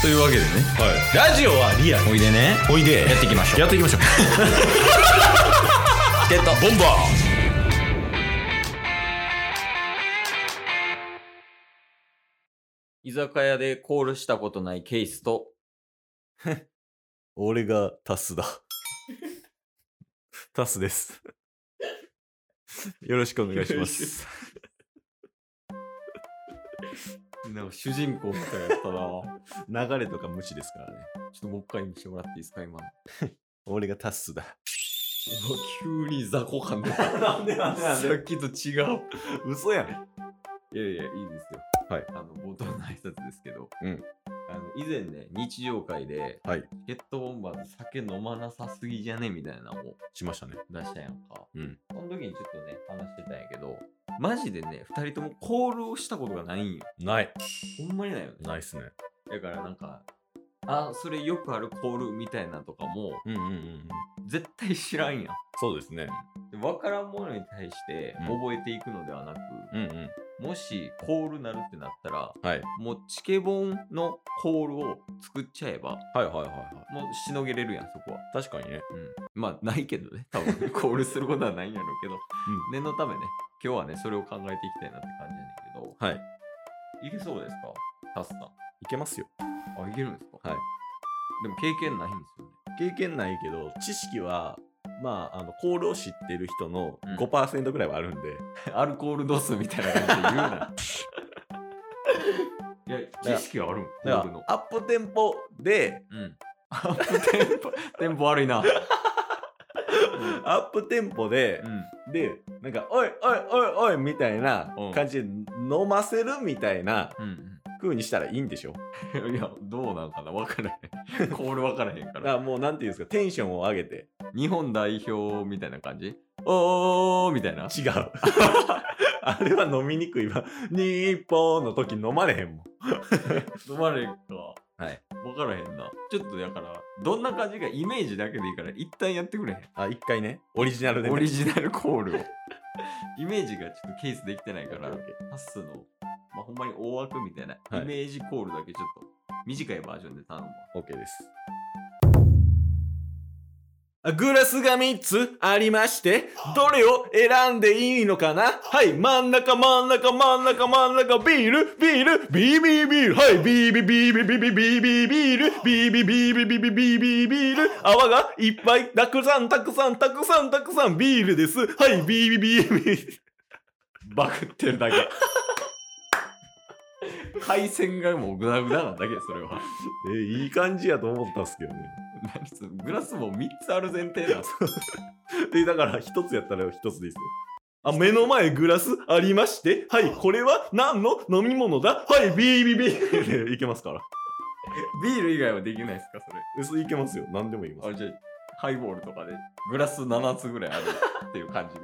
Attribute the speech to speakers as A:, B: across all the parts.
A: というわけでね
B: はい、ラジオはリアル
A: おいでね
B: おいで
A: やっていきましょう
B: やっていきましょう
A: ゲット
B: ボンバ
A: 居酒屋でコールしたことないケースと
B: 俺がタスだ タスですよろしくお願いします
A: なんか主人公みたいやったなちょ
B: 流れとか無視ですからね
A: っともう一回見してもらっていいですか今の
B: 俺がタスだ
A: うわ急に雑魚感出た
B: なんでなんでなんで
A: さっきと違う
B: 嘘やん
A: いやいやいいですよ
B: はい
A: あの冒頭の挨拶ですけど、
B: うん
A: あの以前ね日常会で
B: はい
A: ゲットボンバーズ酒飲まなさすぎじゃねみたいなのを
B: しましたね
A: 出したやんか
B: うん
A: その時にちょっとね話してたんやけどマジでね2人ともコールをしたことがないんよ
B: ない
A: ほんまにないよね
B: ないっすね
A: だからなんか、あ、それよくあるコールみたいなとかも、
B: うんうんうんうん
A: 絶対知らんや
B: そうですね
A: ん。で分からんものに対して
B: うん
A: 覚えていくのではなく、
B: うんうん
A: もしコールなるってなったら、
B: はい
A: もうチケボンのコールを作っちゃえば、
B: はいはいはいは
A: もうしのげれるやん、そこは。
B: い確かにね
A: うん。まあ、ないけどね。多 分コールすることはないんやろうけど、念のためね、今日はね、それを考えていきたいなって感じやねんけど、
B: はい
A: いけそうですかタスさん。
B: いけますよ
A: あ、いけるんですか
B: はい。
A: でも経験ないんですよね。
B: 経験ないけど知識はまああのコールを知ってる人の
A: うん
B: 5%ぐらいはあるんで、
A: アルコール度数みたいな感じで言うな。 いや、
B: ら
A: 知識はあるもん、コ
B: だ
A: ー
B: か
A: ル
B: ら
A: の。
B: アップテンポで
A: うん。 アップテンポ、テンポ悪いな。うん
B: アップテンポで
A: う、ん。
B: でなんか「おいおいおいおい」みたいな
A: うん
B: 感じで飲ませるみたいな
A: うん。
B: 風にしたらいいんでしょ
A: いや、どうなんかな分から へん。コール分からへんか。
B: だかららもうなんていうんですかテンションを上げて
A: 日本代表みたいな感じおーみたいな。
B: 違う あれは飲みにくいわ日本の時飲まれへんもん
A: 飲まれへんか。
B: はい。
A: 分からへんな。ちょっとだから、どんな感じかイメージだけでいいから、一旦やってくれへん。
B: あ一回ねオリジナルで、ね、
A: オリジナルコールを。イメージがちょっとケースできてないから
B: オッケーオッ、ケー
A: タスの、まあ、ほんまに大枠みたいな、
B: はい
A: イメージコールだけちょっと短いバージョンで頼むわ。
B: OK です。グラスが3つありまして、どれを選んでいいのかなはい、真ん中、真ん中、真ん中、真ん中、ビール、ビール、ビービービール、はい、ビービービービービービービービービール、ビービービービービービービービービール、泡がいっぱい、たくさん、たくさん、たくさん、たくさん、ビールです。はい、ビービービービー。
A: バクってるだけ。回線がもうグダグダなんだけど、それは。
B: え、いい感じやと思ったんすけどね。
A: 何そのグラスも3つある前提だ。
B: で、だから一つやったら一つですよ。あ、目の前グラスありまして、はい、これは何の飲み物だはい、ビービービー でいけますから。
A: ビール以外はできないですか、それ。
B: えそれいけますよ。何でもいけま
A: あ
B: す。
A: れじゃあハイボールとかでグラス7つぐらいあるっていう感じで。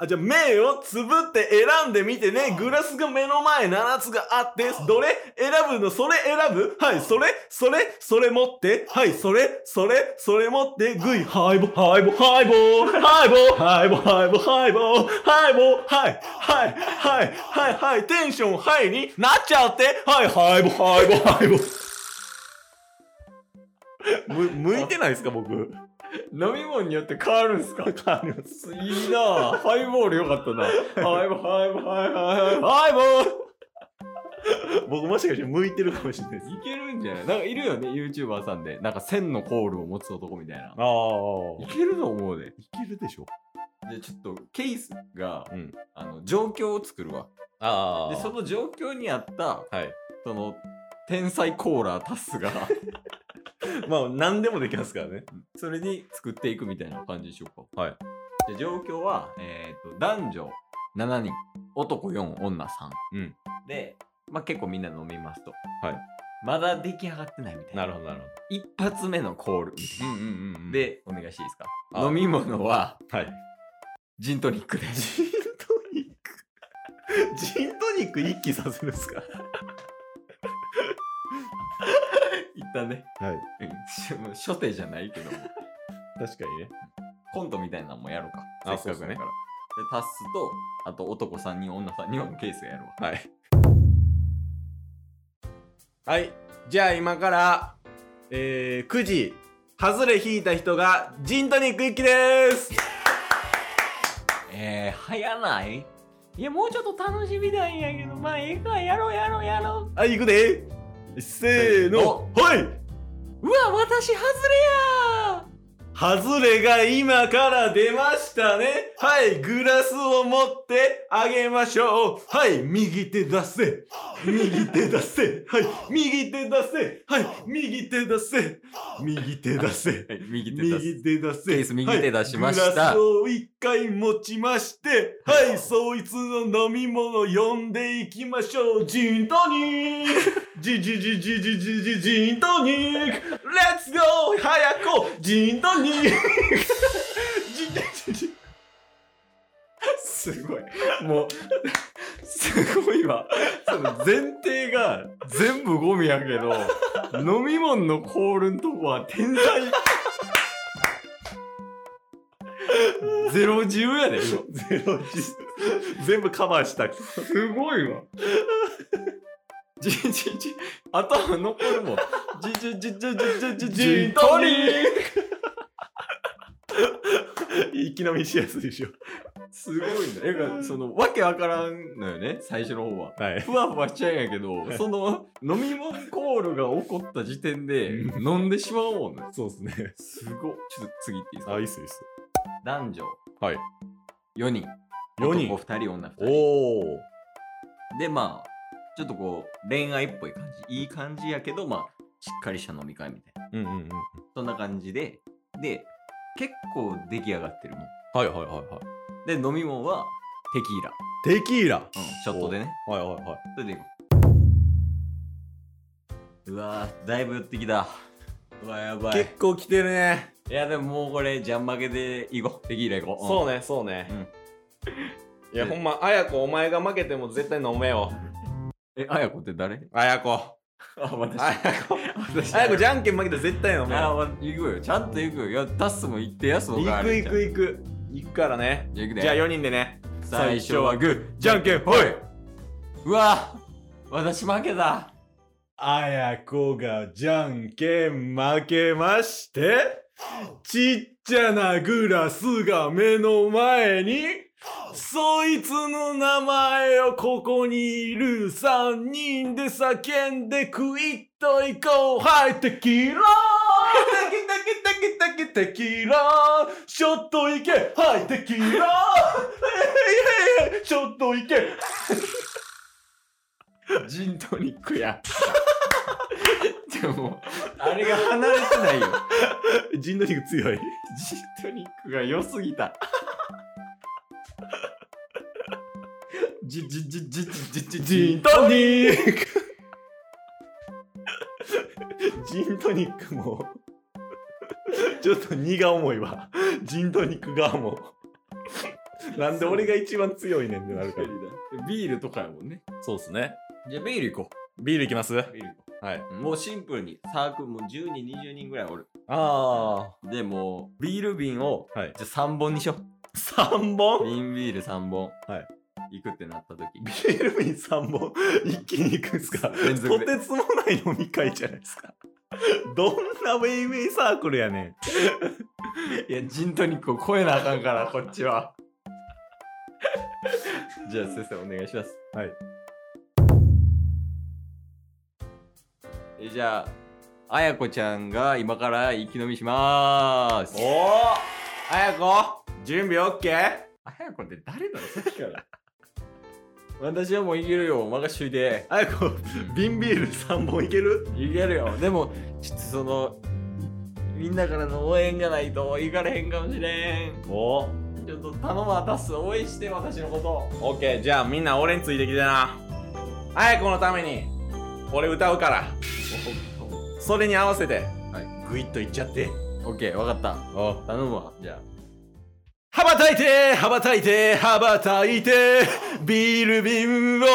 B: あ、じゃあ目をつぶって選んでみてね。グラスが目の前7つがあって、どれ選ぶのそれ選ぶはい、それ、それ、それ持って。はい、それ、それ、それ持って。グイ、ハイボ、ハイボ、ハイボー、ハイボー、ハイボー、ハイボー、ハイボー、ハイボー、はい、はい、はい、はい、はい、テンションハイになっちゃって。はい、ハイボー、ハイボー、ハイボー。む、向いてないですか僕。
A: 飲み物によって変わるんですか
B: 変わります。
A: いいなぁ。ハイボールよかったな。ハイボール、ハイボール、ハイボール、ハイボール。
B: 僕もしかして向いてるかもしれないです。
A: いけるんじゃないなんかいるよね、YouTuber さんで。なんか1000のコールを持つ男みたいな。
B: ああ
A: い。けると思うで。
B: いけるでしょ
A: じゃあちょっとケースが、
B: うん
A: あの状況を作るわ。
B: あ
A: で、その状況にあった、
B: はい
A: その、天才コーラータスが、
B: まあ何でもできますからね
A: それに作っていくみたいな感じにしようか。
B: はい。
A: じゃあ状況は、えっ、と、男女7人、男4、女3。
B: うん
A: で、まあ結構みんな飲みますと。
B: はい。
A: まだ出来上がってないみたいな。
B: るほどなる
A: 一発目のコール。
B: ほどうんうんうんで
A: で、お願いしていいですか
B: あ
A: 飲み物は、
B: はい
A: ジントニックです。
B: ジントニックジントニック一気させるんですか
A: 一旦ね、
B: はい
A: うんしもう初手じゃないけど、
B: 確かにね
A: コントみたいなのもやろうか。せ
B: あ
A: っかく
B: そう
A: や
B: っす
A: から。
B: ね
A: で、タスと、あと男3人、女3人はもうケースがやるわ。
B: はいはい。じゃあ今から、えー、9時、ハズレ引いた人がジントニック一気です
A: えー、早ないいや、もうちょっと楽しみなんやけど、まあ、ええか、やろうやろうやろ
B: はい、行くでせーの、はい、
A: う。うわ、私、ハズ
B: ハズレが今から出ましたねはい、グラスを持ってあげましょうはい、右手出せ右手出せはい、右手出せはい、右手出せ右手出せ
A: レや右手出す。
B: 右手出せ。
A: ケース右手出しました
B: はいグラスを一回持ちまして、はい、そいつの飲み物呼んでいきましょう。ジントニックジジジジジジジジントニックレッツゴー早くジントニックジジジジ
A: すごい。もう、すごいわ。その前提 が全部ゴミやけど、飲み物のコールんとこは天才。ゼロ自由やで、今。
B: ゼロジ全部カバーした。
A: すごいわ。じじじ、頭残るもん。じじじじじじじ
B: ジ
A: じ
B: ン
A: ん
B: ト
A: と
B: ニ
A: り
B: 一気飲みしやすいでしょ。
A: すごいね。えが、その、わけわからんのよね、最初の方は。
B: はい。
A: ふわふわしちゃうんやけど、その、飲み物コールが起こった時点で、飲んでしまうもんね。
B: そうですね。
A: すごい。ちょっと次行っていいですか
B: あ、いいっすいいっす。
A: 男女。
B: はい。
A: 4人。
B: 4人
A: 男2人、女2人。
B: おー。
A: で、まあ、ちょっとこう、恋愛っぽい感じ。いい感じやけど、まあ、しっかりした飲み会みたいな。
B: うんうんうん。
A: そんな感じで、で、結構出来上がってるもん。
B: はいはいはいはい。
A: で、飲み物はテキーラ。
B: テキーラ。
A: うん、ショットでね。
B: はいはいはい。
A: それでいこう。うわー、だいぶ寄ってきた。うわ、やばい
B: 結。構来てるね。
A: いや、でももうこれ、ジャン負けでいこう。テキーラいこう。
B: そう
A: ね。
B: ね、そうね。いや、
A: うん
B: ほんま、あやこ、お前が負けても絶対飲めよ。
A: え、あやこって誰
B: あやこ。
A: あ、私。
B: あや こ。
A: 私
B: あやこ、じゃんけん負けたら絶対飲め
A: あ、
B: よ。
A: ま、行くよ。ちゃんと行くよ。いや、タッスも行ってや、その
B: 行く
A: 行
B: 行く
A: く。
B: 行く。行くからね。
A: じゃあ行くで。
B: じゃあ4人でね。
A: 最初はグー、
B: じゃんけん、ほい。
A: うわー、私負けた。
B: あやこがじゃんけん負けまして、ちっちゃなグラスが目の前に、そいつの名前をここにいる三人で叫んで食いっといこう。はい、テキーラーテキテキテキテキテキーラーショットいけはい、テキーラーえいえいえいショットいけ
A: ジントニックや。でも、あれが離れてないよ。
B: 人の肉強い。
A: ジントニックが良すぎた。ジジジジジジジ
B: ジン
A: ン
B: トニックジントニックもちょっと荷が重いわジントニック側もなんで俺が一番強いねんってなるから
A: ビールとかやもんね。
B: そうっすね
A: じゃあビール行こ
B: ビールいきますは
A: う。ビール行こ。
B: いう
A: もうシンプルにサークルもう10人、20人ぐらいおる。
B: あ
A: でもうビール瓶を
B: ーはい
A: じゃあ3本にしよ う。
B: 3本
A: 瓶ビール3本。。
B: はい
A: 行くってなった時。
B: ビール瓶3本一気にいくんすか
A: 連
B: と
A: 続で
B: てつもない飲み会じゃないですかどんなウェイウェイサークルやねん
A: いや、ジントニックを超えなあかんから、こっちは。 じゃあ、先生、お願いします。
B: はい。
A: えじゃあ、あやこちゃんが今から生き飲みしまーす。
B: おーあやこ準備オッケー
A: あやこって誰なのさっきから。私はもういけるよ、お任しといて。
B: あやこ瓶ビール3本いける
A: いけるよ。でも、ちょっとその、みんなからの応援がないといかれへんかもしれん。
B: おお
A: ちょっと頼むわ、タス、応援して、私のことを。
B: オッケーじゃあみんな俺についてきてなあやこのために俺歌うからそれに合わせて、はい、グイッといっちゃって
A: オッケー、わかった。
B: お
A: 頼むわ、じゃあ。
B: 羽ばたいて羽ばたいて羽ばたいてビール瓶を持っ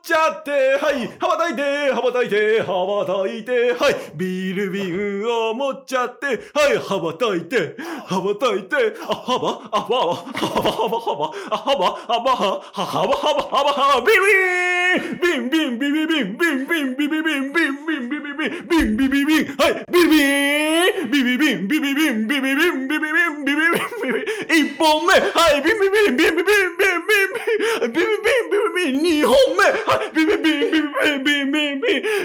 B: ちゃってはい羽ばたいて羽ばたいて羽ばたいてはいビール瓶を持っちゃってはい羽ばたいて羽ばたいてあ羽ばあばあばあばあばあばあばあばあばははばはばはばはばビールビービンビンビビビンビンビンビビビンビンビンビビビンビンビビビンはいビビーンビビビンビビビンビビビンビビビンビビビンビビ一本目はいビビビンビビビンビビビンビビビンビビビン二本目はいビビビンビビビンビビビン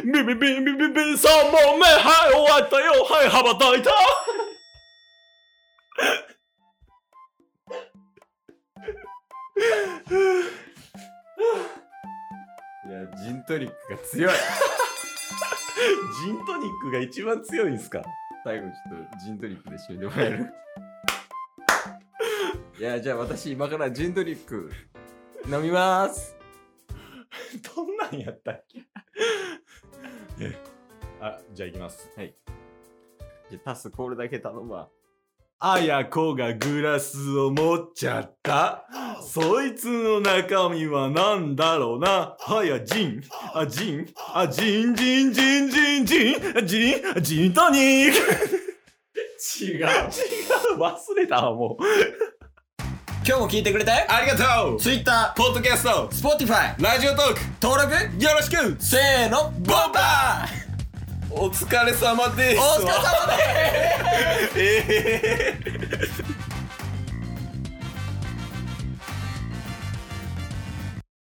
B: ビビビンビビビン三本目はい終わったよはい羽ばたいた
A: いやジントニックが強い
B: ジントニックが一番強いんすか
A: 最後ちょっとジントニックで死んでもらえる いやじゃあ私今からジントニック飲みます
B: どんなんやったっけえあ、じゃあ行きます。
A: じゃあタスコールだけ頼むわ
B: あやこがグラスを持っちゃった。そいつの中身はなんだろうな。はや、ジン、あ、ジン、あ、ジン、ジン、ジン、ジン、ジン、あジン、あジントニック。
A: 違う
B: 違う、忘れたわもう。
C: 今日も聞いてくれて
B: ありがとう
C: Twitter、
B: ポッドキャスト、
C: Spotify、
B: ラジオトーク、
C: 登録
B: よろしく
C: せーの、ボンバ
B: お疲れ様で
C: ーお疲れ様です
B: ええ